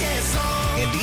Yes, oh, and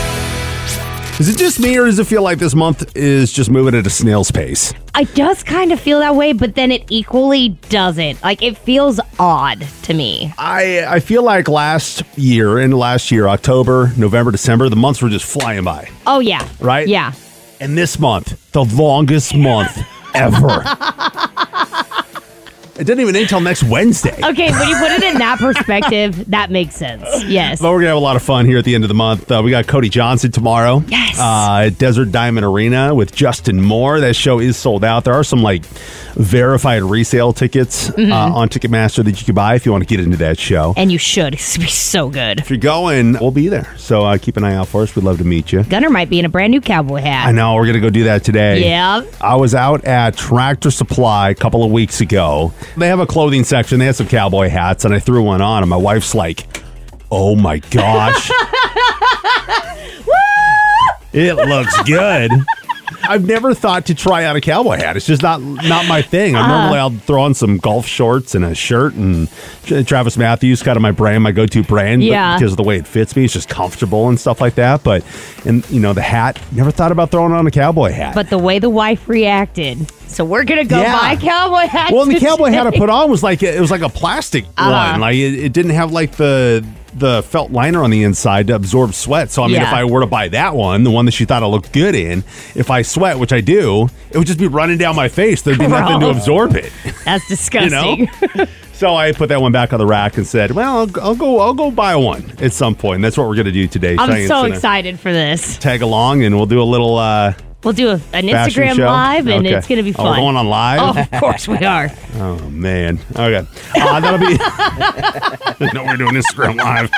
Is it just me, or does it feel like this month is just moving at a snail's pace? I does kind of feel that way, but then it equally doesn't. Like it feels odd to me. I I feel like last year, in last year, October, November, December, the months were just flying by, Oh yeah. right? Yeah. And this month, the longest month ever. it didn't even end until next Wednesday. Okay, when you put it in that perspective, that makes sense. Yes. But we're gonna have a lot of fun here at the end of the month. Uh, we got Cody Johnson tomorrow. Yes. Uh, at Desert Diamond Arena with Justin Moore. That show is sold out. There are some like verified resale tickets uh, on Ticketmaster that you can buy if you want to get into that show. Mm-hmm. And you should. It's gonna be so good. If you're going, we'll be there. So uh, keep an eye out for us. We'd love to meet you. Gunner might be in a brand new cowboy hat. I know we're gonna go do that today. Yeah. I was out at Tractor Supply a couple of weeks ago. They have a clothing section. They had some cowboy hats, and I threw one on, and my wife's like, "Oh my gosh, it looks good." I've never thought to try out a cowboy hat. It's just not not my thing. I'm normally I'll throw on some golf shorts and a shirt, and Tra- Travis Matthews kind of my brand, my go to brand. but Yeah. because of the way it fits me, it's just comfortable and stuff like that. But and you know the hat, never thought about throwing on a cowboy hat. But the way the wife reacted. So we're gonna go Yeah. buy cowboy hats. Well, and the cowboy today. hat I put on was like it was like a plastic Uh-huh. one. Like it, it didn't have like the the felt liner on the inside to absorb sweat. So I mean, Yeah. if I were to buy that one, the one that she thought I looked good in, if I sweat, which I do, it would just be running down my face. There'd be nothing to Gross. absorb it. That's You disgusting. know. So I put that one back on the rack and said, "Well, I'll, I'll go. I'll go buy one at some point." And that's what we're gonna do today. I'm Cheyenne's so gonna excited for this. Tag along, and we'll do a little uh, We'll do a, an fashion Instagram show. live, and Okay. it's gonna be Oh, we're fun. going on live. Oh, of course we are. Oh man. Okay. Uh, that'll be. no, we're doing Instagram live.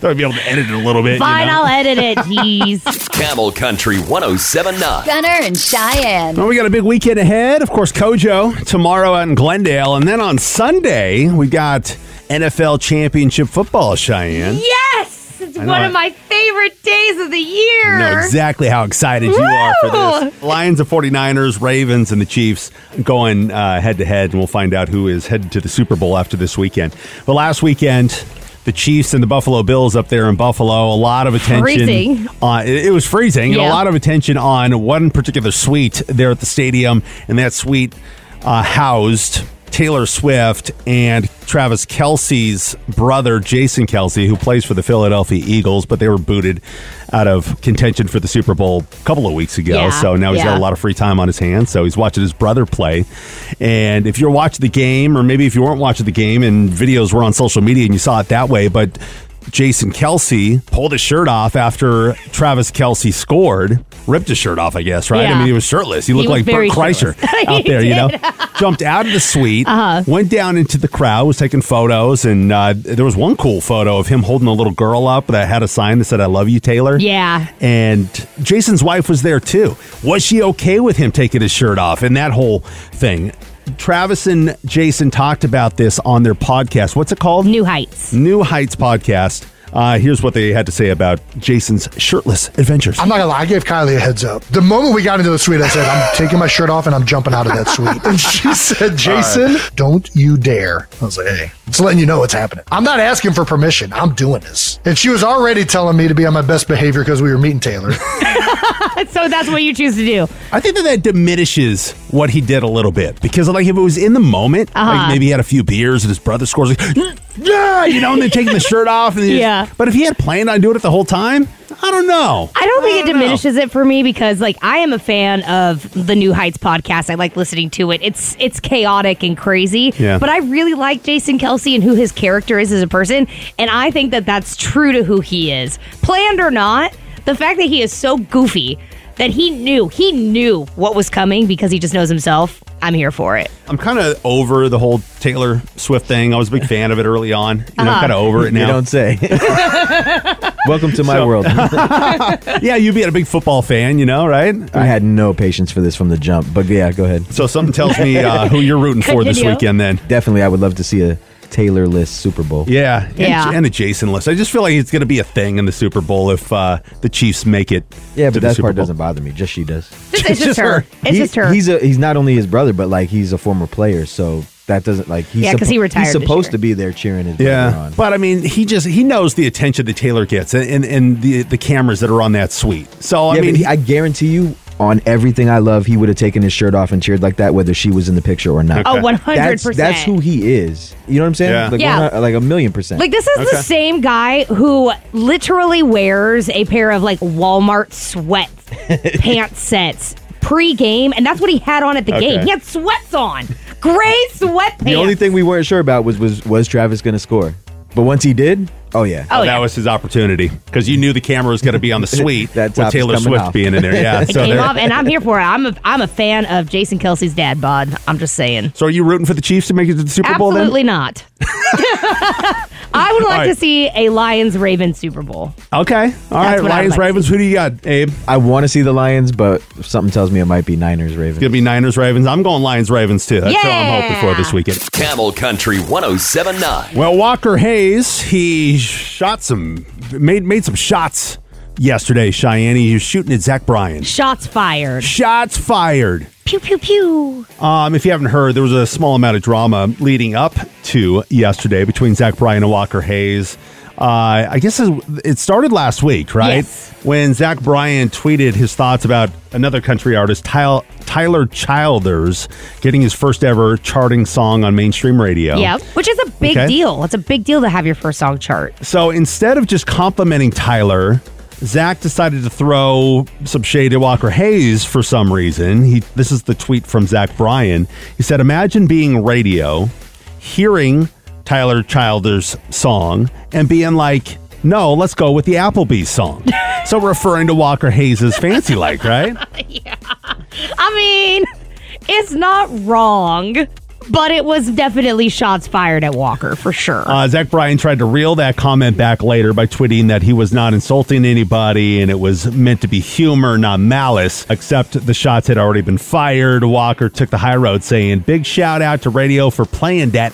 Thought I'd be able to edit it a little bit. Fine, you know? I'll edit it. Jeez. Camel Country 1079. Gunner and Cheyenne. Well, we got a big weekend ahead. Of course, Kojo tomorrow out in Glendale, and then on Sunday we got NFL Championship football. Cheyenne, Yes! It's know, one I- of my favorite days of the year. I know exactly how excited you are for Woo! this. Lions, the 49ers, Ravens, and the Chiefs going uh, head to head, and we'll find out who is headed to the Super Bowl after this weekend. But last weekend. The Chiefs and the Buffalo Bills up there in Buffalo, a lot of attention. Freezing. Uh, it, it was freezing, and Yeah. a lot of attention on one particular suite there at the stadium, and that suite uh, housed Taylor Swift and Travis Kelsey's brother Jason Kelsey, who plays for the Philadelphia Eagles, but they were booted out of contention for the Super Bowl a couple of weeks ago. Yeah, So now he's got yeah. a lot of free time on his hands, so he's watching his brother play. And if you're watching the game, or maybe if you weren't watching the game and videos were on social media and you saw it that way, but Jason Kelsey pulled his shirt off after Travis Kelsey scored, ripped his shirt off, I guess, right? I Yeah. mean, he was shirtless. He looked was like very Bert Kreischer shirtless. He out Uh-huh. there, you know? Jumped out of the suite, went down into the crowd, was taking photos, and uh, there was one cool photo of him holding a little girl up that had a sign that said, I love you, Taylor Yeah. and Jason's wife was there too. Was she okay with him taking his shirt off and that whole thing? Travis and Jason talked about this on their podcast. What's it called? New heights. New Heights podcast. Uh, here's what they had to say about Jason's shirtless adventures. I'm not gonna lie, I gave Kylie a heads up. The moment we got into the suite, I said, I'm taking my shirt off and I'm jumping out of that suite. And she said, Jason, don't you dare. I was like, hey, it's letting you know what's happening. I'm not asking for permission. I'm doing this. And she was already telling me to be on my best behavior because we were meeting Taylor. So that's what you choose to do. I think that that diminishes what he did a little bit because, like, if it was in the moment, like Uh-huh. maybe he had a few beers and his brother scores, like, yeah, you know, and then taking the shirt off. And Yeah. But if he had planned on doing it the whole time, I don't know. I don't think it know. diminishes it for me because like I am a fan of the New Heights podcast. I like listening to it. It's it's chaotic and crazy. Yeah. But I really like Jason Kelsey and who his character is as a person, and I think that that's true to who he is, planned or not. The fact that he is so goofy that he knew he knew what was coming because he just knows himself. I'm here for it. I'm kind of over the whole Taylor Swift thing. I was a big fan of it early on. You know, I'm kind of over it Uh-huh. You now. don't say. Welcome to my world. I yeah, you being a big football fan, you know, right? had no patience for this from the jump, but yeah, go ahead. So something tells me uh, who you're rooting for this Continue. weekend then. Definitely, I would love to see a Taylor list Super Bowl. Yeah, and- Yeah. and, a Jason list. I just feel like it's going to be a thing in the Super Bowl if uh, the Chiefs make it. Yeah, to but the that Super part Bowl. doesn't bother me. Just she does. It's just, it's just her. It's He- just her. He's a he's not only his brother, but like he's a former player, so that doesn't like he's Yeah, 'cause he retired He's this supposed year. to be there cheering his brother Yeah, on. but I mean, he just he knows the attention that Taylor gets and and, and the the cameras that are on that suite. So I yeah, mean, but he, I guarantee you, on everything I love, he would have taken his shirt off and cheered like that, whether she was in the picture or not. oh, Okay. one hundred That's percent. that's who he is. You know what I'm saying? Yeah. Like, Yeah. one hun- like a million percent. Like this is Okay. the same guy who literally wears a pair of like Walmart sweat pants sets pre-game, and that's what he had on at the Okay. game. He had sweats on, gray sweatpants. the only thing we weren't sure about was was was Travis going to score, but once he did, oh yeah, Oh, that yeah. was his opportunity because you knew the camera was going to be on the suite That with top is Taylor coming Swift off. being in there. Yeah, It so came there- off, and I'm here for it. I'm a, I'm a fan of Jason Kelsey's dad bod. I'm just saying. so are you rooting for the Chiefs to make it to the Super Bowl? Then Absolutely not. I would like right. to see a Lions Ravens Super Bowl. okay, all right, That's what I Lions would like to Ravens. Who do you got, Abe? I want to see the Lions, but something tells me it might be Niners Ravens. Gonna be Niners Ravens. I'm going Lions Ravens too. That's what I'm hoping for Yeah. this weekend. Camel Country 1079. Well, Walker Hayes, he shot some, made made some shots yesterday. Cheyenne, he was shooting at Zach Bryan. Shots fired. Shots fired. Pew pew pew. Um, if you haven't heard, there was a small amount of drama leading up to yesterday between Zach Bryan and Walker Hayes. Uh, I guess it it started last week, right? Yes. When Zach Bryan tweeted his thoughts about another country artist, Tyler, Tyler Childers, getting his first ever charting song on mainstream radio. Yeah, which is a big Oh. Okay. deal. It's a big deal to have your first song chart. So instead of just complimenting Tyler, Zach decided to throw some shade at Walker Hayes for some reason. He this is the tweet from Zach Bryan. He said, "Imagine being radio, hearing Tyler Childers' song, and being like." No, let's go with the Applebee's song. so referring to Walker Hayes' fancy like, right? I mean, it's not wrong, but it was definitely shots fired at Walker for sure. Uh, Zach Bryan tried to reel that comment back later by tweeting that he was not insulting anybody and it was meant to be humor, not malice, except the shots had already been fired. Walker took the high road saying, Big shout out to radio for playing that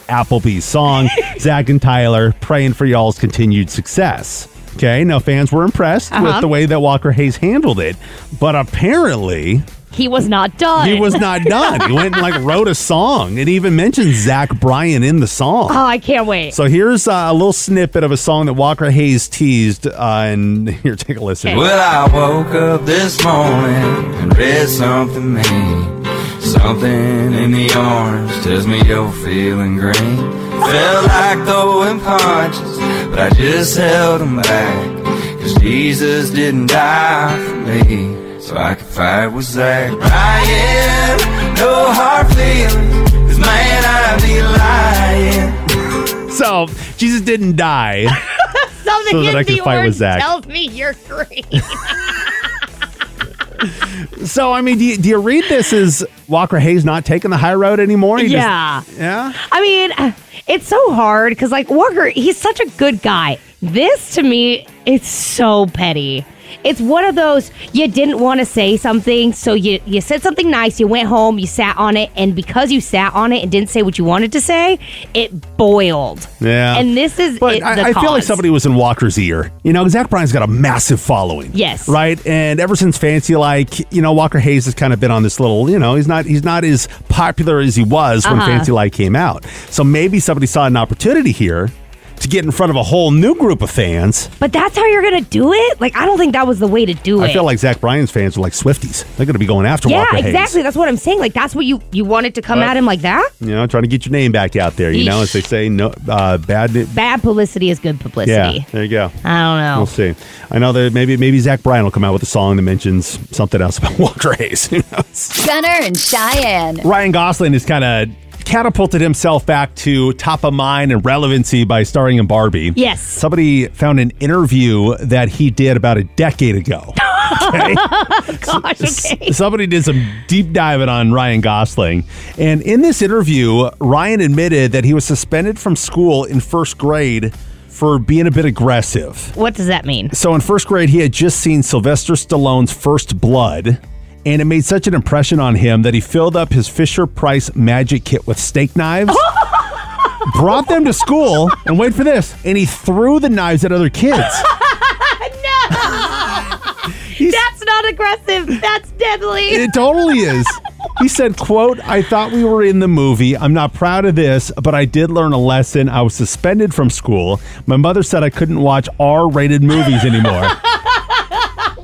Applebee's song. Zach and Tyler praying for y'all's continued success. Okay, now fans were impressed with Uh-huh. the way that Walker Hayes handled it, but apparently he was not done. he was not done. he went and like wrote a song and even mentioned Zach Bryan in the song. Oh, I can't wait. So here's uh, a little snippet of a song that Walker Hayes teased, uh, and here, take a listen. Okay. Well, I woke up this morning and read something mean. Something in the orange tells me you're feeling green. Felt like throwing punches, but I just held them back. Cause Jesus didn't die for me, so I could fight with Zach. Ryan, no hard feelings, cause man, I'd be lying. So Jesus didn't die. Something so that in I can the fight orange with Zach. tells me you're green. so I mean, do you, do you read this as Walker Hayes not taking the high road anymore? He just- yeah. yeah. I mean, uh, it's so hard because, like, Walker, he's such a good guy. This to me, it's so petty. it's one of those you didn't want to say something, so you you said something nice, you went home, you sat on it, and because you sat on it and didn't say what you wanted to say, it boiled. Yeah. And this is But it, the I, I feel like cause. somebody was in Walker's ear. You know, Zach Bryan's got a massive following. Yes. Right? And ever since Fancy, like, you know, Walker Hayes has kind of been on this little, you know, he's not he's not as popular as he was Uh-huh. when Fancy Light came out. So maybe somebody saw an opportunity here to get in front of a whole new group of fans. But that's how you're gonna do it. Like I don't think that was the way to do it. I feel like Zach Bryan's fans are like Swifties. They're going to be going after yeah, Walker exactly. Hayes. That's what I'm saying. Like that's what you you wanted to come at him like that. You know, trying to get your name back out there, you know, as they Eesh. say, no uh, bad. Bad publicity is good Yeah, publicity. there you go. I We'll don't know. see. I know that maybe maybe Zach Bryan will come out with a song that mentions something else about Walker Hayes. Who knows? Gunner and Cheyenne. Ryan Gosling has kind of catapulted himself back to top of mind and relevancy by starring in Barbie. Yes. Somebody found an interview that he did about a decade ago. Okay? Gosh, okay. S- Somebody did some deep diving on Ryan Gosling. And in this interview, Ryan admitted that he was suspended from school in first grade for being a bit aggressive. What does that mean? So in first grade, he had just seen Sylvester Stallone's First Blood, and it made such an impression on him that he filled up his Fisher Price magic kit with steak knives, brought them to school, and wait for this, and he threw the knives at other kids. That's not aggressive. That's deadly. It totally is. He said, quote, I thought we were in the movie. I'm not proud of this, but I did learn a lesson. I was suspended from school. My mother said I couldn't watch R-rated movies anymore.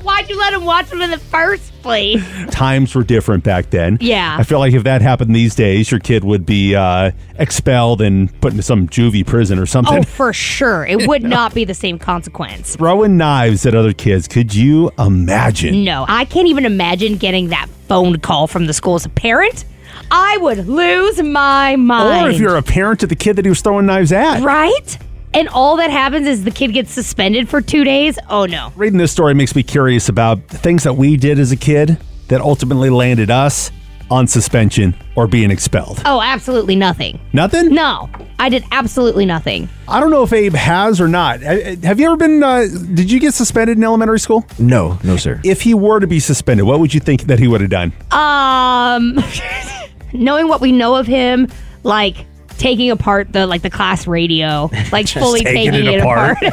Why'd you let him watch them in the first place? times were different back then. Yeah. I feel like if that happened these days, your kid would be uh, expelled and put into some juvie prison or something. Oh, for sure. It would not be the same consequence. Throwing knives at other kids. Could you imagine? No, I can't even imagine getting that phone call from the school as a parent. I would lose my mind. Or if you're a parent to the kid that he was throwing knives at. right? And all that happens is the kid gets suspended for two days. Oh no. Reading this story makes me curious about the things that we did as a kid that ultimately landed us on suspension or being expelled. Oh, absolutely nothing. Nothing? No, I did absolutely nothing. I don't know if Abe has or not. I- I- Uh, Have you ever been, uh, did you get suspended in elementary school? No, no, sir. If he were to be suspended, what would you think that he would have done? Um, knowing what we know of him, like taking apart the like the class radio, like fully taking, it, apart.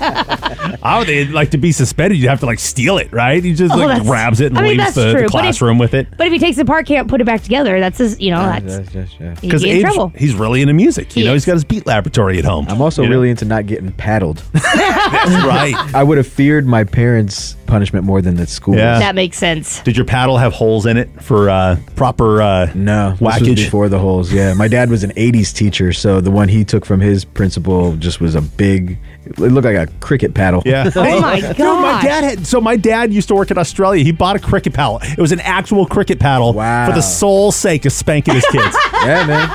I would think, like to be suspended. You'd have to like steal it, right? He just Oh, like that's- grabs it and I mean, leaves that's the, the true, but if- classroom with it. But if he takes it apart, can't put it back together. That's his, you know, Oh, that's he'd be in Abe's- trouble. he's really into music. You He know, he's is. got his beat laboratory at home. I'm also You know? really into not getting paddled. right. I would have feared my parents' punishment more than the school. Yeah. That makes sense. Did your paddle have holes in it for uh, proper uh, No, this was whackage? before the holes. Yeah, my dad was an '80s teacher, so the one he took from his principal just was a big. It looked like a cricket paddle. Yeah. Oh my Dude, my gosh. dad had so my dad used to work in Australia. He bought a cricket paddle. It was an actual cricket paddle Wow. for the sole sake of spanking his kids. yeah, man.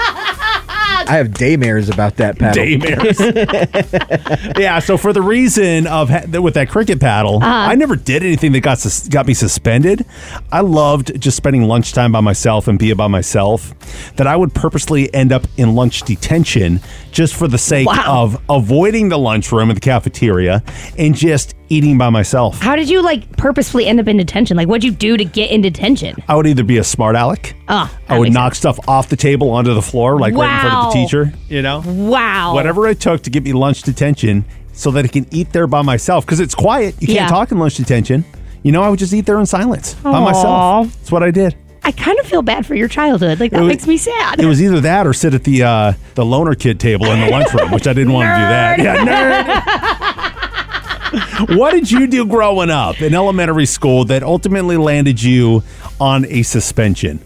I have daymares about that paddle. Daymares. yeah. So for the reason of ha- that- with that cricket paddle, Uh-huh. I never did anything that got sus- got me suspended. I loved just spending lunchtime by myself and being by myself. That I would purposely end up in lunch detention just for the sake Wow. of avoiding the lunchroom and the cafeteria and just eating by myself. How did you like purposefully end up in detention? Like, what'd you do to get in detention? I would either be a smart aleck. Ah, Oh, that I would makes knock stuff off the table onto the floor, like right in front of the Wow. teacher. You know, Wow. whatever it took to get me lunch detention so that I can eat there by myself because it's quiet. You can't Yeah. talk in lunch detention. You know, I would just eat there in silence by myself. Aw. That's what I did. I kind of feel bad for your childhood. Like, that was- makes me sad. It was either that or sit at the uh, the loner kid table in the lunchroom, which I didn't want to do that. Yeah, nerd. what did you do growing up in elementary school that ultimately landed you on a suspension?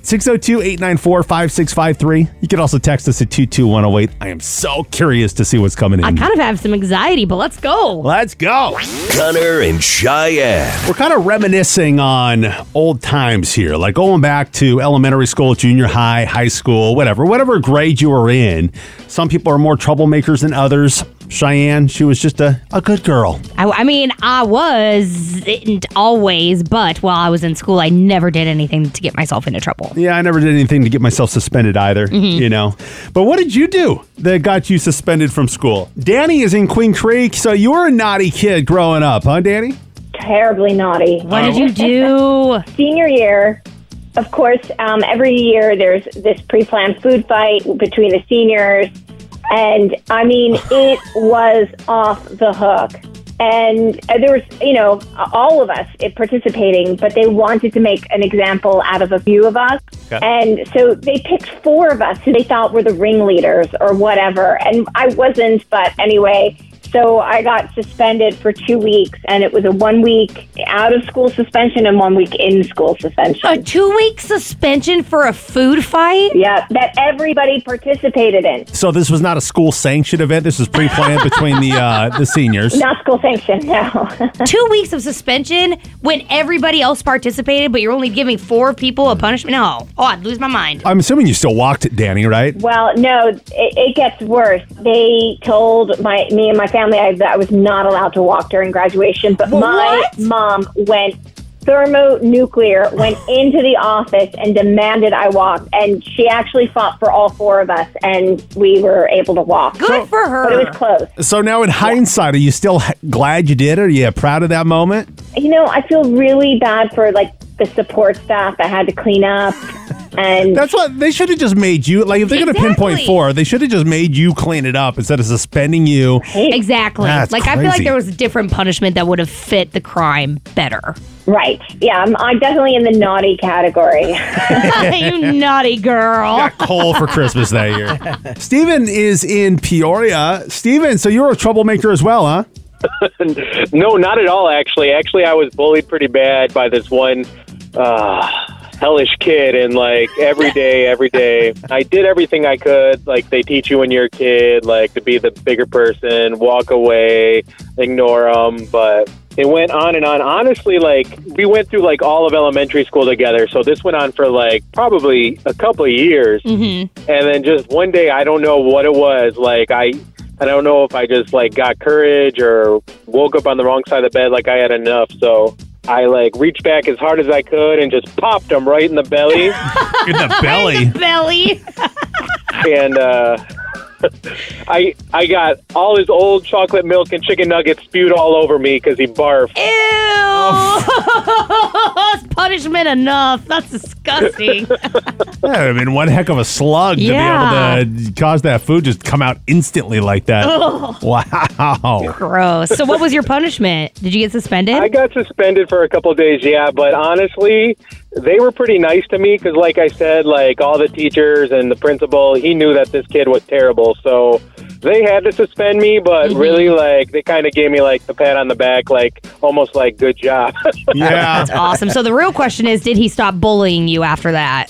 602-894-5653. You can also text us at 22108. I am so curious to see what's coming in. I kind of have some anxiety, but let's go. Let's go. Gunner and Cheyenne. We're kind of reminiscing on old times here, like going back to elementary school, junior high, high school, whatever, whatever grade you were in. Some people are more troublemakers than others. Cheyenne, she was just a, a good girl. I, I mean, I was not always, but while I was in school, I never did anything to get myself into trouble. Yeah, I never did anything to get myself suspended either, you know. But what did you do that got you suspended from school? Danny is in Queen Creek, so you were a naughty kid growing up, huh, Danny? terribly naughty. What did you do? Senior year, of course, um, every year there's this pre planned food fight between the seniors. And I mean, it was off the hook. And uh, there was, you know, all of us uh, participating, but they wanted to make an example out of a few of us. Okay. And so they picked four of us who they thought were the ringleaders or whatever. And I wasn't, but anyway, so I got suspended for two weeks, and it was a one week out of school suspension and one week in school suspension. A two week suspension for a food fight? Yeah, that everybody participated in. So this was not a school sanctioned event. This was pre-planned between the uh, the seniors. Not school sanction, no. two weeks of suspension when everybody else participated, but you're only giving four people a punishment? No. Oh, I'd lose my mind. I'm assuming you still walked it, Danny, right? Well, no, it, it gets worse. They told my me and my family I, that I was not allowed to walk during graduation, but my mom went thermonuclear, went into the office and demanded I walk, and she actually fought for all four of us, and we were able to walk. Good for her. But it was close. So now, in hindsight, are you still h- glad you did it? Are you proud of that moment? You know, I feel really bad for like the support staff that had to clean up. And That's what they should have just made you. Like if they're going to pinpoint Exactly. four, they should have just made you clean it up instead of suspending you. Exactly. That's like I feel like crazy. there was a different punishment that would have fit the crime better. Right. Yeah, I'm, I'm definitely in the naughty category. you naughty girl. Coal for Christmas that year. Steven is in Peoria. Steven, so you're a troublemaker as well, huh? no, not at all. Actually, actually, I was bullied pretty bad by this one uh, hellish kid, and like every day, every day, I did everything I could. Like they teach you when you're a kid, like to be the bigger person, walk away, ignore them, but. It went on and on. Honestly, like we went through like all of elementary school together, so this went on for like probably a couple of years. Mm-hmm. And then just one day, I don't know what it was. Like I, I don't know if I just like got courage or woke up on the wrong side of the bed. Like I had enough, so I like reached back as hard as I could and just popped him right in the belly. in the belly. Belly. and uh, I, I got all his old chocolate milk and chicken nuggets spewed all over me because he barfed. That's punishment enough. That's disgusting. That would have been one heck of a slug Yeah. to be able to cause that food just come out instantly like that. Ugh. Wow. Gross. So what was your punishment? Did you get suspended? I got suspended for a couple of days, yeah, but honestly, they were pretty nice to me because, like I said, like all the teachers and the principal, he knew that this kid was terrible, so they had to suspend me. But really, like they kind of gave me like the pat on the back, like almost like good job. That's awesome. So the real question is, did he stop bullying you after that?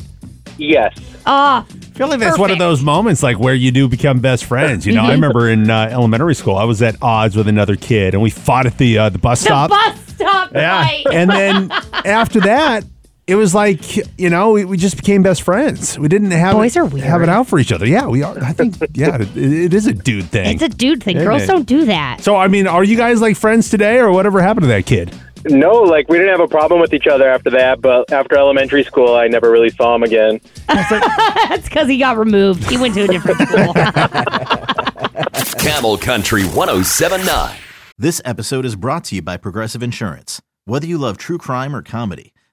yes. Ah, I feel like that's one of those moments like where you do become best friends. You know, I Mhm. remember in uh, elementary school, I was at odds with another kid, and we fought at the uh, the bus The stop. bus stop. yeah, fight. and then after that, it was like you know we, we just became best friends. We didn't have Boys it, are weird. have it out for each other. Yeah, we are. I think yeah, it, it is a dude thing. it's a dude thing. Isn't Girls it? don't do that. So I mean, are you guys like friends today, or whatever happened to that kid? No, like we didn't have a problem with each other after that, but after elementary school, I never really saw him again. That's because he got removed. He went to a different school. Camel Country 1079. This episode is brought to you by Progressive Insurance. Whether you love true crime or comedy,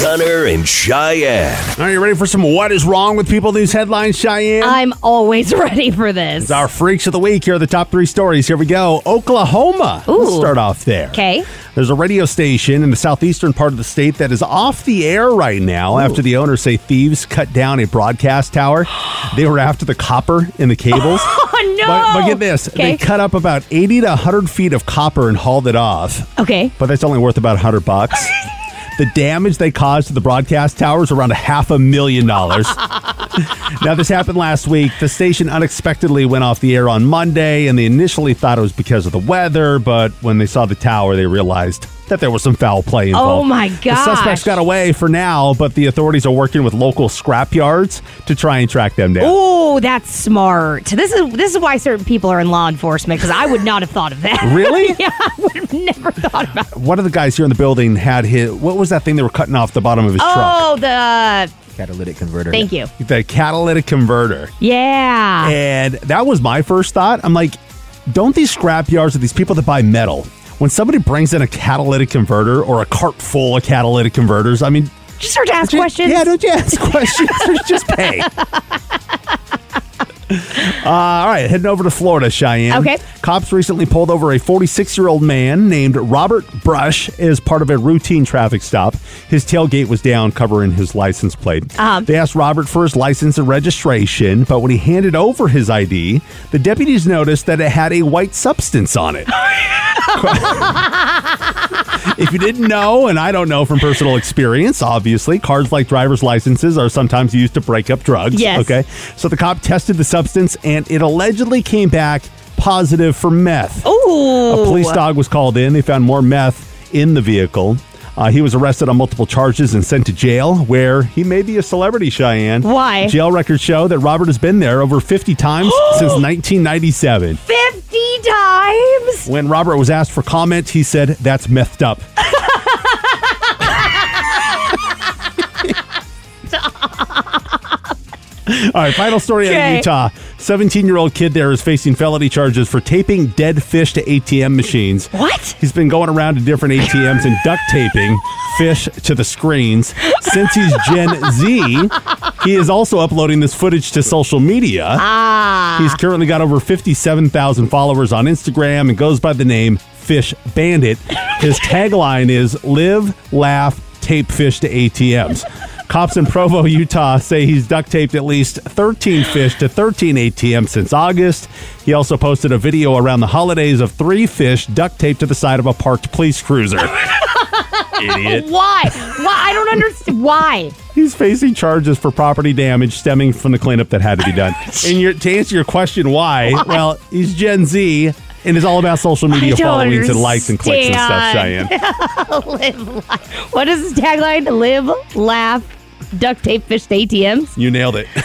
Connor and Cheyenne. Are you ready for some What is Wrong with People News headlines, Cheyenne? I'm always ready for this. It's our Freaks of the Week. Here are the top three stories. Here we go. Oklahoma. Let's Ooh. start off there. Okay. There's a radio station in the southeastern part of the state that is off the air right now after the owners say thieves cut down a broadcast tower. They were after the copper in the cables. Oh no! But, but get this, Okay. they cut up about 80 to 100 feet of copper and hauled it off. Okay. But that's only worth about 100 bucks. the damage they caused to the broadcast tower is around a half a million dollars. now, this happened last week. The station unexpectedly went off the air on Monday, and they initially thought it was because of the weather, but when they saw the tower, they realized that there was some foul play involved. Oh my The gosh. suspects got away for now, but the authorities are working with local scrap yards to try and track them down. Oh, that's smart. This is this is why certain people are in law enforcement because I would not have thought of that. Really? yeah, I would have never thought about. One of the guys here in the building had his. What was that thing they were cutting off the bottom of his truck? Oh, the Catalytic converter. Thank you. The catalytic converter. yeah. And that was my first thought. I'm like, don't these scrap yards or these people that buy metal, when somebody brings in a catalytic converter or a cart full of catalytic converters, I mean, Just start to ask Don't you- questions. yeah, don't you ask questions? just pay. Uh, all right, heading over to Florida, Cheyenne. Okay. Cops recently pulled over a 46 year old man named Robert Brush as part of a routine traffic stop. His tailgate was down, covering his license plate. They asked Robert for his license and registration, but when he handed over his ID, the deputies noticed that it had a white substance on it. if you didn't know, and I don't know from personal experience, obviously, cards like driver's licenses are sometimes used to break up drugs. Yes. Okay. So the cop tested the substance and it allegedly came back positive for meth. Oh. A police dog was called in. They found more meth in the vehicle. Uh, he was arrested on multiple charges and sent to jail, where he may be a celebrity, Cheyenne. Why? Jail records show that Robert has been there over 50 times since 1997. Fifty times. When Robert was asked for comment, he said, That's methed up. All right, final story out Okay. of Utah. 17 year old kid there is facing felony charges for taping dead fish to ATM machines. What? He's been going around to different ATMs and duct taping fish to the screens. Since he's Gen Z, he is also uploading this footage to social media. Ah. He's currently got over 57,000 followers on Instagram and goes by the name Fish Bandit. His tagline is Live, Laugh, Tape Fish to ATMs. Cops in Provo, Utah say he's duct taped at least 13 fish to 13 ATMs since August. He also posted a video around the holidays of three fish duct taped to the side of a parked police cruiser. Idiot. Why? Why? I don't understand. Why? He's facing charges for property damage stemming from the cleanup that had to be done. and your, to answer your question, why? Why? Well, he's Gen Z and is all about social media I don't followings and likes and clicks and stuff, Cheyenne. understand. Live, laugh. What is his tagline? Live, laugh, duct tape, fish to ATMs. You nailed it.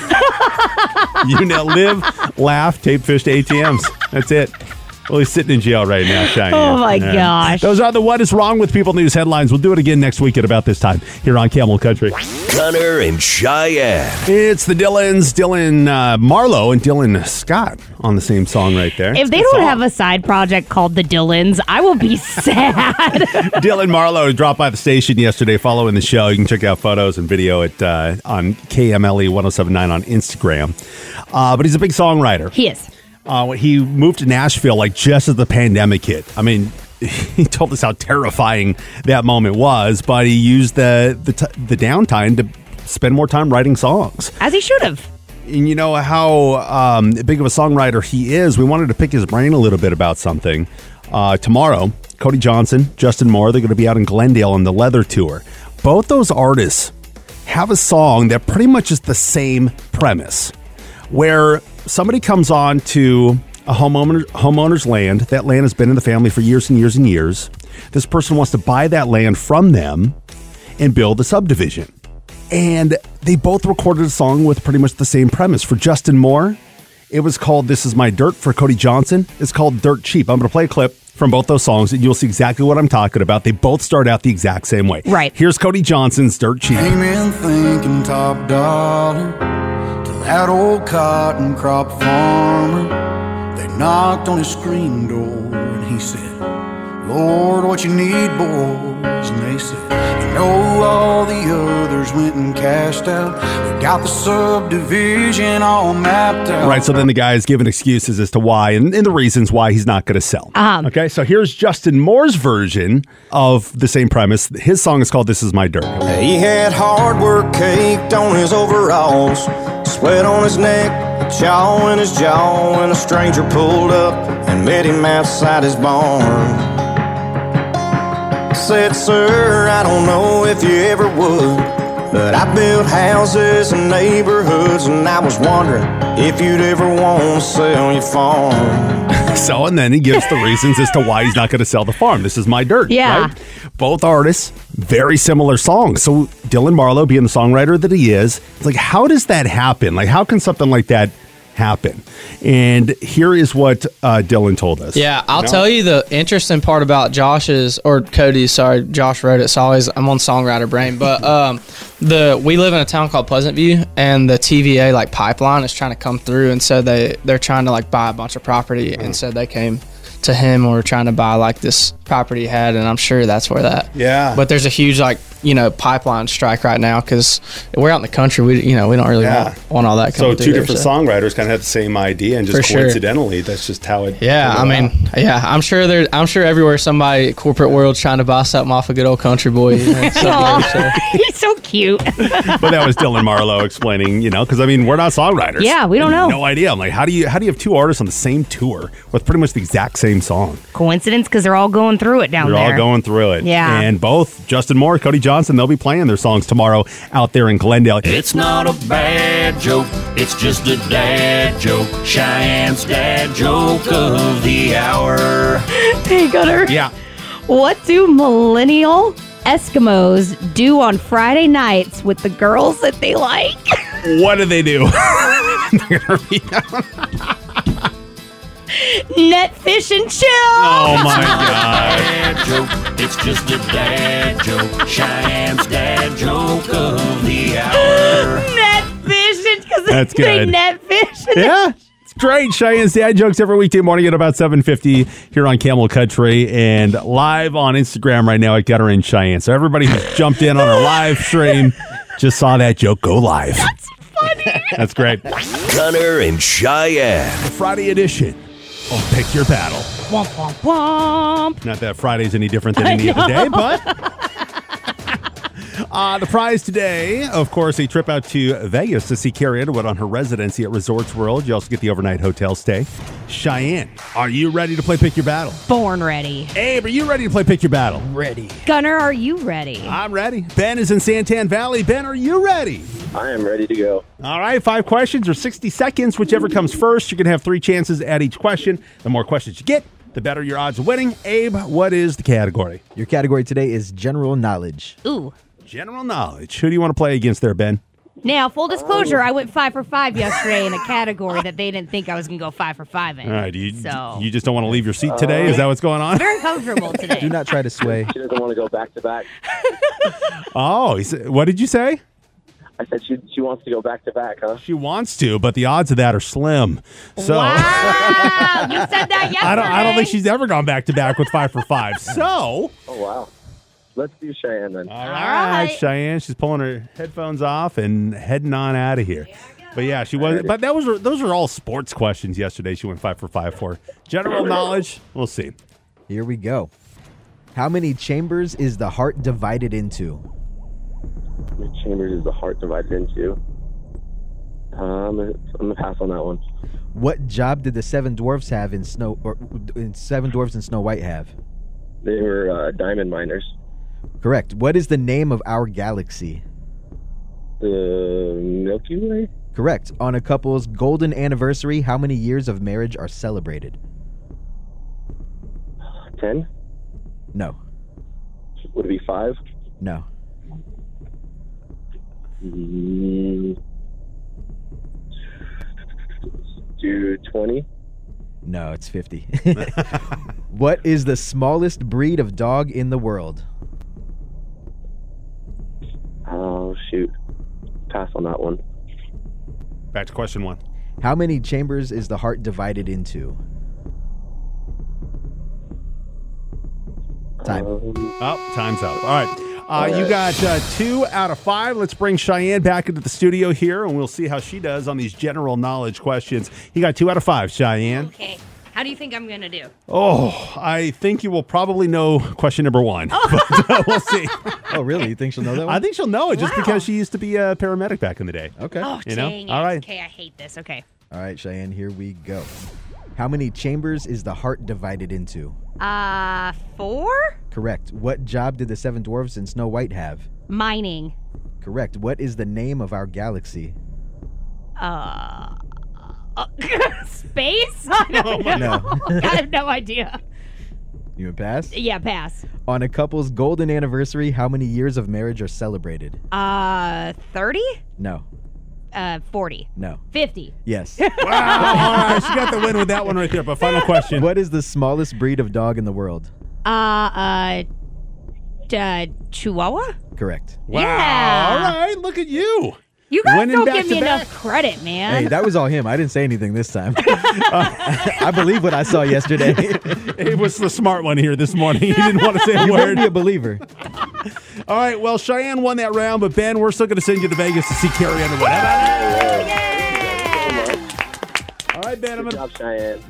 you now live, laugh, tape fish to ATMs. That's it. Well, he's sitting in jail right now, Cheyenne. Oh, my Yeah. gosh. Those are the What is Wrong with People news headlines. We'll do it again next week at about this time here on Camel Country. Connor and Cheyenne. It's the Dylans, Dylan uh, Marlowe and Dylan Scott on the same song right there. If they don't have a side project called the Dylans, I will be sad. Dylan Marlowe dropped by the station yesterday following the show. You can check out photos and video at uh, on KMLE 1079 on Instagram. Uh, but he's a big songwriter. He is. Uh, he moved to Nashville like just as the pandemic hit. I mean, he told us how terrifying that moment was, but he used the the, t- the downtime to spend more time writing songs. As he should have. And you know how um, big of a songwriter he is. We wanted to pick his brain a little bit about something. Uh, tomorrow, Cody Johnson, Justin Moore, they're going to be out in Glendale on the Leather Tour. Both those artists have a song that pretty much is the same premise, where somebody comes on to a homeowner, homeowner's land. That land has been in the family for years and years and years. This person wants to buy that land from them and build a subdivision. And they both recorded a song with pretty much the same premise. For Justin Moore, it was called This Is My Dirt. For Cody Johnson, it's called Dirt Cheap. I'm going to play a clip from both those songs and you'll see exactly what I'm talking about. They both start out the exact same way. Right. Here's Cody Johnson's Dirt Cheap. Came in thinking top dollar to that old cotton crop farmer. They knocked on his screen door and he said, Lord, what you need, boys? And they said, You know, all the others went and cashed out. We got the subdivision all mapped out. Right. So then the guy is giving excuses as to why and, and the reasons why he's not going to sell. Okay. So here's Justin Moore's version of the same premise. His song is called This Is My Dirt. He had hard work caked on his overalls, sweat on his neck, a chaw in his jaw, and a stranger pulled up and met him outside his barn. Said, sir, I don't know if you ever would, but I built houses and neighborhoods, and I was wondering if you'd ever want to sell your farm. So, and then he gives the reasons as to why he's not going to sell the farm. This is my dirt. Yeah. right? Both artists, very similar songs. So, Dylan Marlowe, being the songwriter that he is, it's like, how does that happen? Like, how can something like that happen? And here is what uh, Dylan told us. Yeah, I'll tell you the interesting part about Josh's or Cody's. Sorry, Josh wrote it. So always I'm on songwriter brain. But um, the we live in a town called Pleasant View, and the TVA like pipeline is trying to come through, and so they they're trying to like buy a bunch of property, and so they came to him and were trying to buy like this property he had, and I'm sure that's where that. Yeah. But there's a huge like you know pipeline strike right now because we're out in the country. We you know we don't really Yeah. want, want all that. So, coming two through there, different so. songwriters kind of have the same idea, and just For sure. coincidentally, that's just how it. Yeah, I turned out. mean, yeah, I'm sure there. I'm sure everywhere somebody corporate world trying to buy something off a good old country Oh, boy. you know, something Aw, like that. he's so cute. but that was Dylan Marlowe explaining, you know, because I mean, we're not songwriters. Yeah, we don't I have know. No idea. I'm like, how do you how do you have two artists on the same tour with pretty much the exact same song? Coincidence? Because they're all going through it down They're there. all going through it. Yeah. And both Justin Moore, Cody Johnson, they'll be playing their songs tomorrow out there in Glendale. It's not a bad joke, it's just a dad joke. Cheyenne's dad joke of the hour. hey, Gunner. Yeah. What do millennial Eskimos do on Friday nights with the girls that they like? What do they do? They're gonna be- Net fish and chill. Oh my Dad joke, it's just a dad joke. Cheyenne's dad joke of the hour. Net fish and because That's they good. net fish. yeah. It's great. Cheyenne's dad jokes every weekday morning at about 7.50 here on Camel Country and live on Instagram right now at Gutter and Cheyenne. So everybody who's jumped in on our live stream just saw that joke go live. That's funny. That's great. Gunner and Cheyenne. The Friday edition of Oh, Pick Your Battle. Womp womp womp. Not that Friday's any different than I any know. other day, but Uh, the prize today, of course, a trip out to Vegas to see Carrie Underwood on her residency at Resorts World. You also get the overnight hotel stay. Cheyenne, are you ready to play Pick Your Battle? Born ready. Abe, are you ready to play Pick Your Battle? Ready. Gunner, are you ready? I'm ready. Ben is in Santan Valley. Ben, are you ready? I am ready to go. All right, five questions or 60 seconds, whichever comes first. You're going to have three chances at each question. The more questions you get, the better your odds of winning. Abe, what is the category? Your category today is general knowledge. Ooh. General knowledge. Who do you want to play against there, Ben? Now, full disclosure, I went five for five yesterday in a category that they didn't think I was going to go five for five in. All right, you, so you just don't want to leave your seat today? Is that what's going on? very comfortable today. Do not try to sway. She doesn't want to go back to back. Oh, he said- what did you say? I said she she wants to go back to back, huh? She wants to, but the odds of that are slim. So Wow, you said that yesterday. I don't. I don't think she's ever gone back to back with five for five. So Oh wow. Let's do Cheyenne then. all right, Cheyenne, she's pulling her headphones off and heading on out of here. But yeah, she was. But that was those are all sports questions. Yesterday, she went five for five for general knowledge. We'll see. Here we go. How many chambers is the heart divided into? The chambers is the heart divided into. Um, I'm gonna pass on that one. What job did the seven dwarfs have in Snow or in Seven Dwarfs and Snow White have? They were uh, diamond miners. Correct. What is the name of our galaxy? The Milky Way. Correct. On a couple's golden anniversary, how many years of marriage are celebrated? Ten No. would it be five? No. Mm, do 20. No, it's 50. what is the smallest breed of dog in the world? Oh, shoot. Pass on that one. Back to question one. How many chambers is the heart divided into? Time. oh, time's up. All right. Uh, You got uh, two out of five. Let's bring Cheyenne back into the studio here, and we'll see how she does on these general knowledge questions. He got two out of five, Cheyenne. Okay. How do you think I'm gonna do? Oh, I think you will probably know question number one. But, uh, we'll see. Oh, really? You think she'll know that one? I think she'll know it just Wow. because she used to be a paramedic back in the day. Okay. Oh, you know? dang it. All right. Okay, I hate this. Okay. All right, Cheyenne, here we go. How many chambers is the heart divided into? Uh, four? Correct. What job did the seven dwarfs and Snow White have? Mining. Correct. What is the name of our galaxy? Uh, uh, space? I Oh, don't my know. God. I have no idea. You would pass? Yeah, pass. On a couple's golden anniversary, how many years of marriage are celebrated? Uh, 30? No, Uh, 40. no. 50. Yes. wow. All right. She got the win with that one right there. But final question. What is the smallest breed of dog in the world? Uh, uh, d- uh, Chihuahua? Correct. Wow. Yeah. All right. Look at you. You guys Winning don't back give to me back. enough credit, man. Hey, that was all him. I didn't say anything this time. Uh, I believe what I saw yesterday. it was the smart one here this morning. He didn't want to say a You better word. be a believer. All right. Well, Cheyenne won that round, but Ben, we're still going to send you to Vegas to see Carrie Underwood. How about that? All right, Ben. I'm gonna...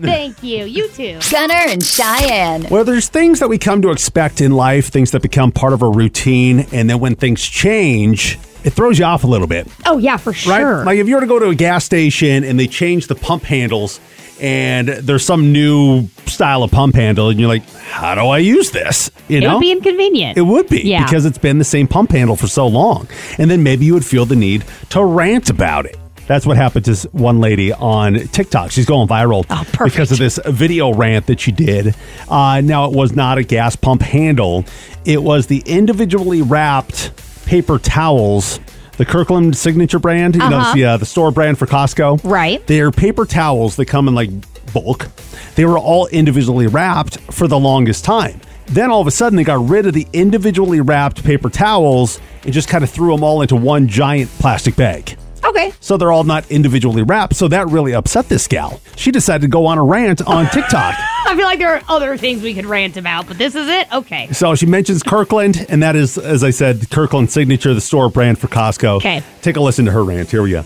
Thank you. You too. Gunner and Cheyenne. Well, there's things that we come to expect in life, things that become part of our routine, and then when things change, it throws you off a little bit. Oh, yeah, for Right? sure. Like if you were to go to a gas station and they change the pump handles and there's some new style of pump handle and you're like, how do I use this? You it know? would be inconvenient. It would be Yeah. because it's been the same pump handle for so long. And then maybe you would feel the need to rant about it. That's what happened to s- one lady on TikTok. She's going viral Oh, because of this video rant that she did. Uh, now, it was not a gas pump handle, it was the individually wrapped paper towels. The Kirkland signature brand, you know, it's Uh-huh. the, uh, the store brand for Costco. Right. They're paper towels that come in like bulk. They were all individually wrapped for the longest time. Then all of a sudden, they got rid of the individually wrapped paper towels and just kind of threw them all into one giant plastic bag. Okay. So they're all not individually wrapped. So that really upset this gal. She decided to go on a rant on TikTok. I feel like there are other things we could rant about, but this is it? Okay. So she mentions Kirkland, and that is, as I said, Kirkland Signature, the store brand for Costco. Okay. Take a listen to her rant. Here we go.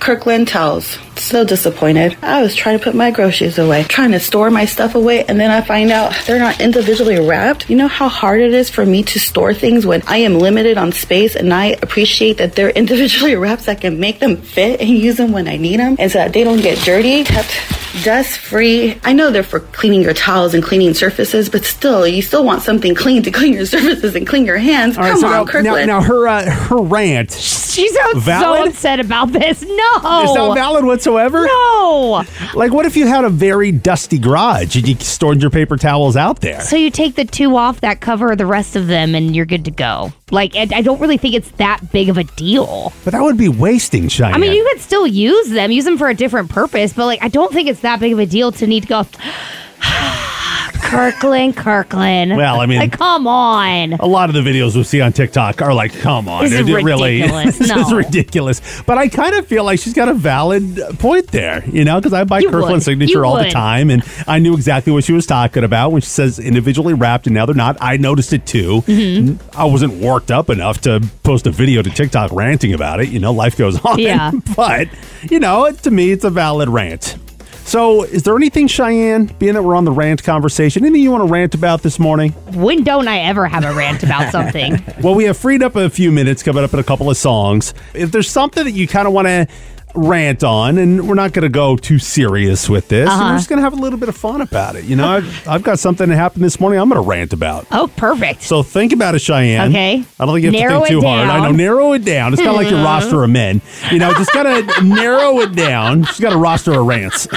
Kirkland towels. So disappointed. I was trying to put my groceries away, trying to store my stuff away, and then I find out they're not individually wrapped. You know how hard it is for me to store things when I am limited on space, and I appreciate that they're individually wrapped so I can make them fit and use them when I need them, and so that they don't get dirty, kept dust free. I know they're for cleaning your towels and cleaning surfaces, but still, you still want something clean to clean your surfaces and clean your hands. All right, Come so on, now, Kirkland. now, now her uh, her rant. She sounds so upset about this. No. It's not valid whatsoever. No. Like, what if you had a very dusty garage and you stored your paper towels out there? So you take the two off that cover the rest of them, and you're good to go. Like, I, I don't really think it's that big of a deal. But that would be wasting, Cheyenne. I mean, you could still use them, use them for a different purpose, but like, I don't think it's that big of a deal to need to go. Kirkland, Kirkland. Well, I mean- like, come on. a lot of the videos we see on TikTok are like, come on, This is it really ridiculous. this is No. ridiculous. But I kind of feel like she's got a valid point there, you know, because I buy You Kirkland would. Signature You all the would. time, and I knew exactly what she was talking about when she says individually wrapped, and now they're not. I noticed it too. Mhm. I wasn't worked up enough to post a video to TikTok ranting about it. You know, life goes on. Yeah. but you know, it, to me, it's a valid rant. So, is there anything, Cheyenne, being that we're on the rant conversation, anything you want to rant about this morning? When don't I ever have a rant about something? well, we have freed up a few minutes coming up in a couple of songs. If there's something that you kind of want to rant on, and we're not going to go too serious with this, we're Uh-huh. just going to have a little bit of fun about it. You know, I've, I've got something that happened this morning I'm going to rant about. Oh, perfect. So think about it, Cheyenne. Okay. I don't think you have Narrow to it think too hard. I down. know. Narrow it down. It's kind of like your Mhm. roster of men. You know, just got to narrow it down. Just got a roster of Uh-huh. rants.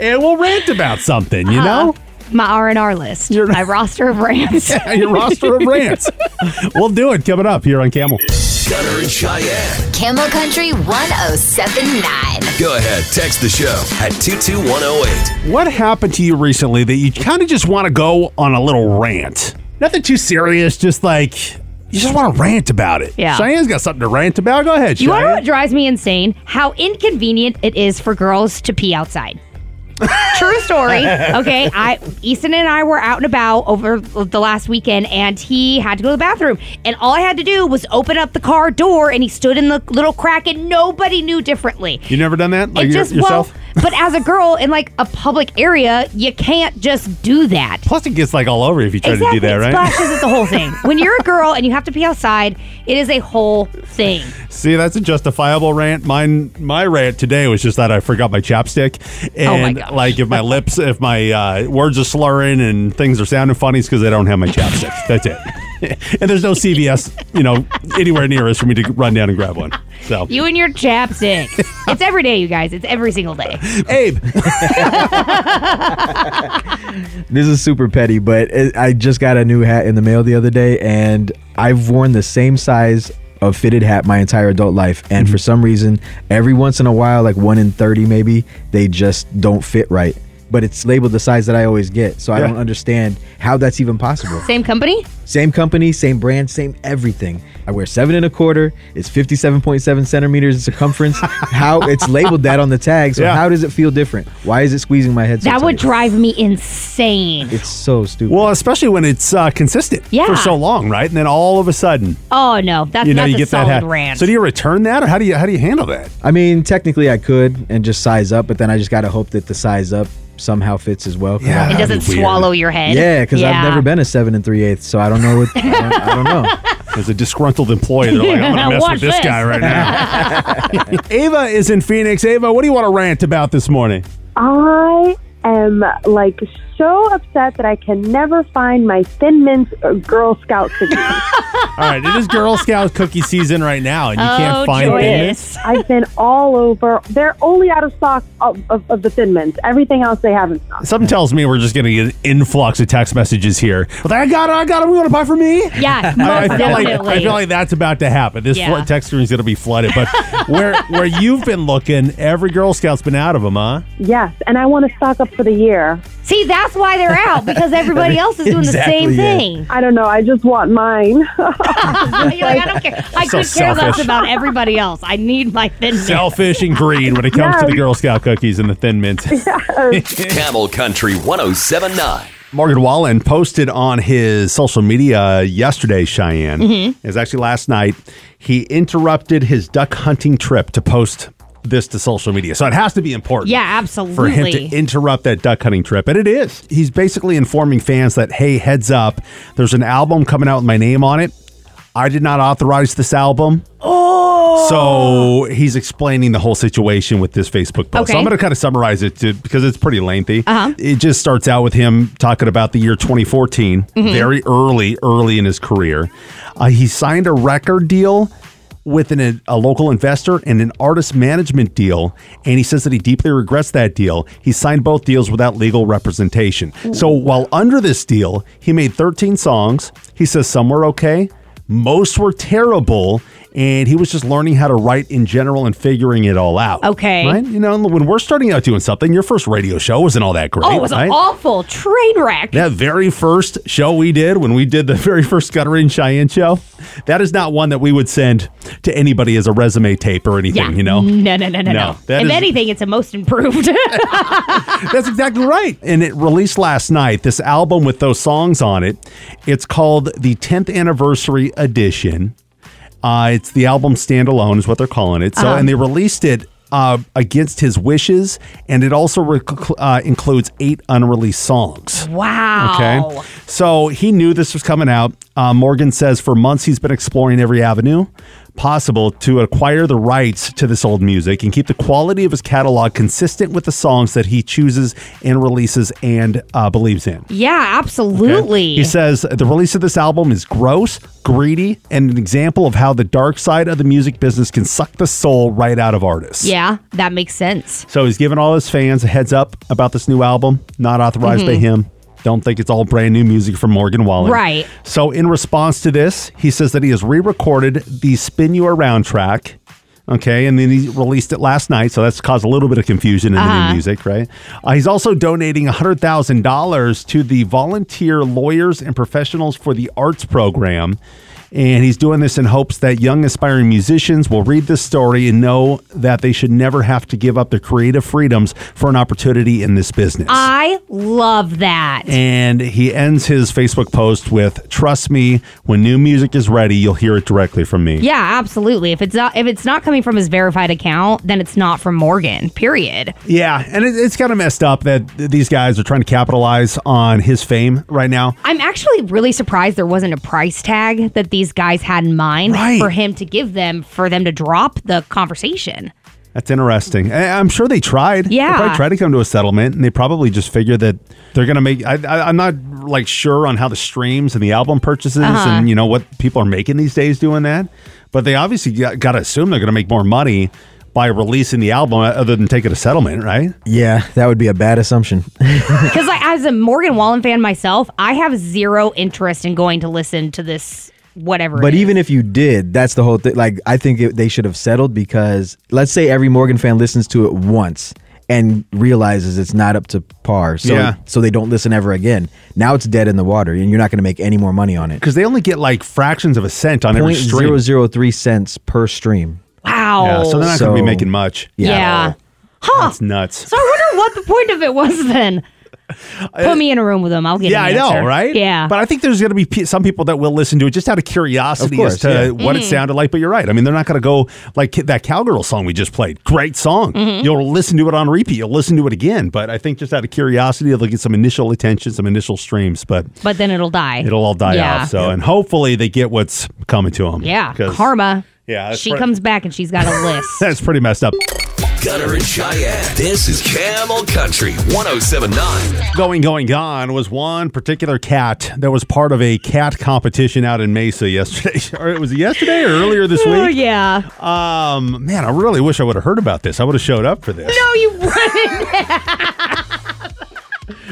and we'll rant about something, you know? Uh, my R and R list, my roster of rants. Yeah, your roster of rants. we'll do it coming up here on Camel. Gunner and Cheyenne. Camel Country 1079. Go ahead, text the show at 22108. What happened to you recently that you kind of just want to go on a little rant? Nothing too serious, just like you just want to rant about it. Yeah. Cheyenne's got something to rant about. Go ahead, You want to know Cheyenne. what drives me insane? How inconvenient it is for girls to pee outside. True story. Okay, I Easton and I were out and about over the last weekend, and he had to go to the bathroom. And all I had to do was open up the car door, and he stood in the little crack, and nobody knew differently. You never done that? Like it your- just yourself? well, but as a girl in like a public area, you can't just do that. Plus, it gets like all over if you try exactly, to do that, it right? splashes. It's the whole thing. When you're a girl and you have to pee outside, it is a whole thing. See, that's a justifiable rant. Mine, my rant today was just that I forgot my chapstick, Oh my and like if my lips, if my uh, words are slurring and things are sounding funny, it's because I don't have my chapstick. That's it. and there's no CVS, you know, anywhere near us for me to run down and grab one. So, You and your chapstick. it's every day, you guys. It's every single day. Abe. This is super petty, but it, I just got a new hat in the mail the other day, and I've worn the same size of fitted hat my entire adult life. And Mm-hmm. for some reason, every once in a while, like one in 30 maybe, they just don't fit right. But it's labeled the size that I always get. So I Yeah. don't understand how that's even possible. Same company? Same company, same brand, same everything. I wear seven and a quarter. It's 57.7 centimeters in circumference. how it's labeled that on the tag. So Yeah. how does it feel different? Why is it squeezing my head so That tight? would drive me insane. It's so stupid. well, especially when it's uh, consistent Yeah. for so long, right? And then all of a sudden, Oh no, that's you know, that's you a get that solid hat. rant. So do you return that, or how do you how do you handle that? I mean, technically I could and just size up, but then I just got to hope that the size up somehow fits as well. 'cause It I- doesn't swallow your head. Yeah, because Yeah. I've never been a seven and three eighths, so I don't know what I don't, I don't know. As a disgruntled employee, they're like, I'm gonna mess Watch with this, this. guy right now. Ava is in Phoenix. Ava, what do you want to rant about this morning? I am like so upset that I can never find my Thin Mints or Girl Scout cookies. All right, it is Girl Scout cookie season right now, Oh, and you can't find payments. I've been all over. They're only out of stock of, of, of the Thin Mints. Everything else they haven't stock. Something tells me we're just going to get an influx of text messages here. Well, I got it. I got it. We want to buy for me? Yeah, most I, I feel like, I definitely. feel like that's about to happen. This Yeah. flo- text screen is going to be flooded. But where where you've been looking, every Girl Scout's been out of them, huh? Yes, and I want to stock up for the year. See, that's why they're out because everybody else is doing Exactly, the same yeah. thing. I don't know. I just want mine. You're like, I don't care. I So could care less selfish. about everybody else. I need my thin mint. Selfish and greed when it comes to the Yes. Girl Scout cookies and the Thin Mints. Camel Country 1079. Morgan Wallen posted on his social media yesterday, Cheyenne. Mm-hmm. Mhm. It was actually last night. He interrupted his duck hunting trip to post this to social media. So it has to be important Yeah, for absolutely. him to interrupt that duck hunting trip. And it is. He's basically informing fans that, hey, heads up, there's an album coming out with my name on it. I did not authorize this album. Oh. So he's explaining the whole situation with this Facebook post. So Okay. I'm going to kind of summarize it to, because it's pretty lengthy. It just starts out with him talking about the year 2014, Mhm. very early, early in his career. Uh, he signed a record deal with an, a local investor and an artist management deal. And he says that he deeply regrets that deal. He signed both deals without legal representation. So while under this deal, he made 13 songs. He says some were okay, most were terrible. And he was just learning how to write in general and figuring it all out. Okay. Right? You know, when we're starting out doing something, your first radio show wasn't all that great. oh, it was right? an awful train wreck. That very first show we did when we did the very first Guttering Cheyenne show, that is not one that we would send to anybody as a resume tape or anything, Yeah. you know? No, no, no, no, No, no. that If is- anything, it's a most improved. That's exactly right. And it released last night, this album with those songs on it. It's called the 10th Anniversary Edition. Uh, it's the album standalone, is what they're calling it. So, Uh-huh. and they released it uh, against his wishes, and it also rec- uh, includes eight unreleased songs. wow. Okay. So he knew this was coming out. Uh, Morgan says for months he's been exploring every avenue possible to acquire the rights to this old music and keep the quality of his catalog consistent with the songs that he chooses and releases and uh, believes in. Yeah, absolutely. He says the release of this album is gross, greedy, and an example of how the dark side of the music business can suck the soul right out of artists. yeah, that makes sense. So he's giving all his fans a heads up about this new album, not authorized by Mhm. him. Don't think it's all brand new music from Morgan Wallen. Right. So, in response to this, he says that he has re recorded the Spin You Around track. Okay. And then he released it last night. So, that's caused a little bit of confusion in the Uh-huh. new music, right? Uh, he's also donating $100,000 to the Volunteer Lawyers and Professionals for the Arts program. And he's doing this in hopes that young aspiring musicians will read this story and know that they should never have to give up their creative freedoms for an opportunity in this business. I love that. And he ends his Facebook post with Trust me, when new music is ready, you'll hear it directly from me. Yeah, absolutely. If it's not if it's not coming from his verified account, then it's not from Morgan. Period. Yeah, and it, it's kind of messed up that th- these guys are trying to capitalize on his fame right now. I'm actually really surprised there wasn't a price tag that these guys had in mind for him to give them for them to drop the conversation. That's interesting. I- I'm sure they tried. Yeah. They probably tried to come to a settlement, and they probably just figured that they're going to make. I, I, I'm not like sure on how the streams and the album purchases Uh-huh. and you know what people are making these days doing that, but they obviously got, got to assume they're going to make more money by releasing the album uh, other than taking a settlement, right? Yeah, that would be a bad assumption. Because like, as a Morgan Wallen fan myself, I have zero interest in going to listen to this whatever. it But is. even if you did, that's the whole thing. Like, I think it, they should have settled because let's say every Morgan fan listens to it once and realizes it's not up to par, so Yeah. so they don't listen ever again. Now it's dead in the water, and you're not going to make any more money on it. Because they only get like fractions of a cent on every Point stream. zero zero three cents per stream. wow. Yeah, so they're not going to be making much. Oh. Yeah. Huh. It's nuts. So I wonder what the point of it was then. Put me in a room with them. I'll get. yeah, an I know, answer. right? Yeah. But I think there's going to be pe- some people that will listen to it just out of curiosity Of course, as to yeah. what it Mm. Mhm. sounded like. But you're right. I mean, they're not going to go like ki- that Cowgirl song we just played. Great song. Mm-hmm. Mhm. You'll listen to it on repeat. You'll listen to it again. But I think just out of curiosity, they'll get some initial attention, some initial streams, but but then it'll die. it'll all die Yeah. off. So, and hopefully they get what's coming to them. Yeah, 'Cause karma. Yeah, that's she right. comes back and she's got a list. That's pretty messed up. Gunner and Cheyenne. This is Camel Country 1079. Going, going, gone was one particular cat that was part of a cat competition out in Mesa yesterday. or was it yesterday or earlier this week? Oh yeah. Um, man, I really wish I would have heard about this. I would have showed up for this. No, you wouldn't.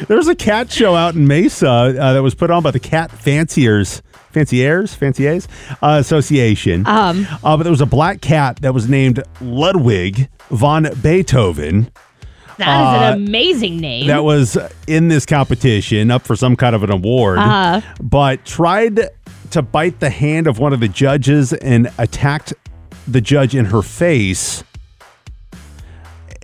There was a cat show out in Mesa uh, that was put on by the Cat Fanciers, Fanciers, Fanciers uh, Association. Um. Uh, but there was a black cat that was named Ludwig von Beethoven. That is Uh, an amazing name. that was in this competition up for some kind of an award Uh-huh. but tried to bite the hand of one of the judges and attacked the judge in her face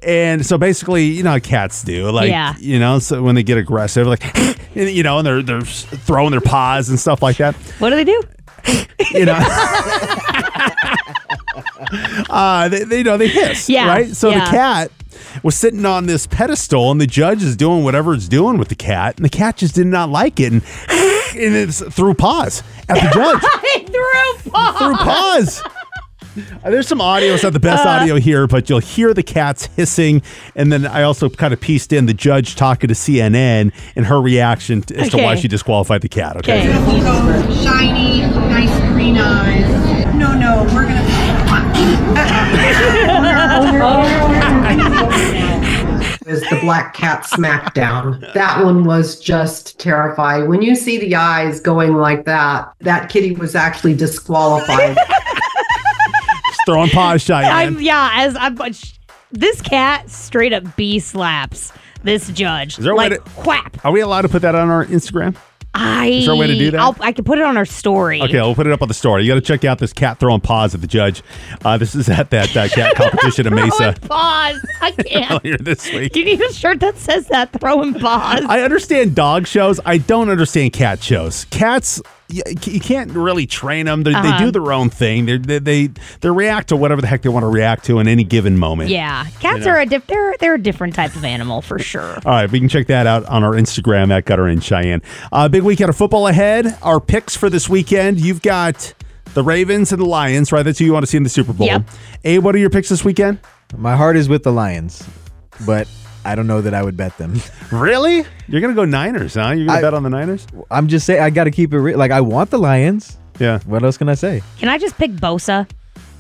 and so basically you know how cats do like Yeah. you know so when they get aggressive like and, you know and they're they're throwing their paws and stuff like that what do they do you know uh, they, they you know they hiss, Yeah, right? So yeah. the cat was sitting on this pedestal, and the judge is doing whatever it's doing with the cat, and the cat just did not like it, and and it's threw paws at the judge. through paws. threw paws. Uh, There's some audio. It's not the best Uh. audio here, but you'll hear the cats hissing, and then I also kind of pieced in the judge talking to CNN and her reaction t- as to why Okay. she disqualified the cat. Okay. Those shiny, nice green eyes. No, no, we're gonna. is the black cat smackdown. That one was just terrifying. When you see the eyes going like that, that kitty was actually disqualified. Just throwing paws, Cheyenne. I'm yeah. As I'm, but sh- this cat straight up B slaps this judge. Is there a way like to- quap? Are we allowed to put that on our Instagram? I. Is there a way to do that? I'll, I can put it on our story. Okay, we'll put it up on the story. You got to check out this cat throwing paws at the judge. Uh, this is at that uh, cat competition in Mesa Pause. I can't. earlier uh, this week. Do you need a shirt that says that? Throwing paws. I understand dog shows. I don't understand cat shows. Cats, y- you can't really train them. They, Uh-huh. they do their own thing. They're, they they they react to whatever the heck they want to react to in any given moment. Yeah, cats know. are a diff- they're they're a different type of animal for sure. All right, we can check that out on our Instagram at Gutter and Cheyenne. Uh, big weekend of football ahead. Our picks for this weekend. You've got the Ravens and the Lions, right? That's who you want to see in the Super Bowl. Yep. A, what are your picks this weekend? My heart is with the Lions, but I don't know that I would bet them. Really? You're gonna go Niners, huh? You're gonna I- bet on the Niners? I'm just saying I got to keep it real. Like I want the Lions. Yeah. What else can I say? Can I just pick Bosa?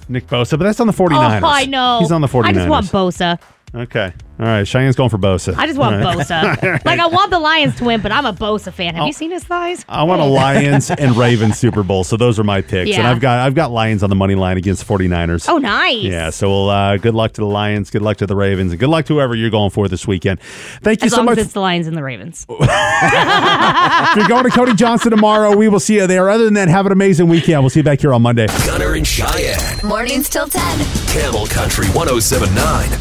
Nick Bosa, but that's on the 49ers. Oh, I know. He's on the 49ers. I just want Bosa. Okay. All right. Cheyenne's going for Bosa. I just want All right. Bosa. like I want the Lions to win, but I'm a Bosa fan. Have Oh. you seen his thighs? I want a Lions and Ravens Super Bowl. So those are my picks. And Yeah. I've got I've got Lions on the money line against 49ers. Oh, nice. Yeah. So we'll, uh, good luck to the Lions. Good luck to the Ravens. And good luck to whoever you're going for this weekend. Thank you as so long much. as it's the Lions and the Ravens. if you're going to Cody Johnson tomorrow, we will see you there. Other than that, have an amazing weekend. We'll see you back here on Monday. Gunner and Cheyenne. Mornings till 10. Camel Country 1079.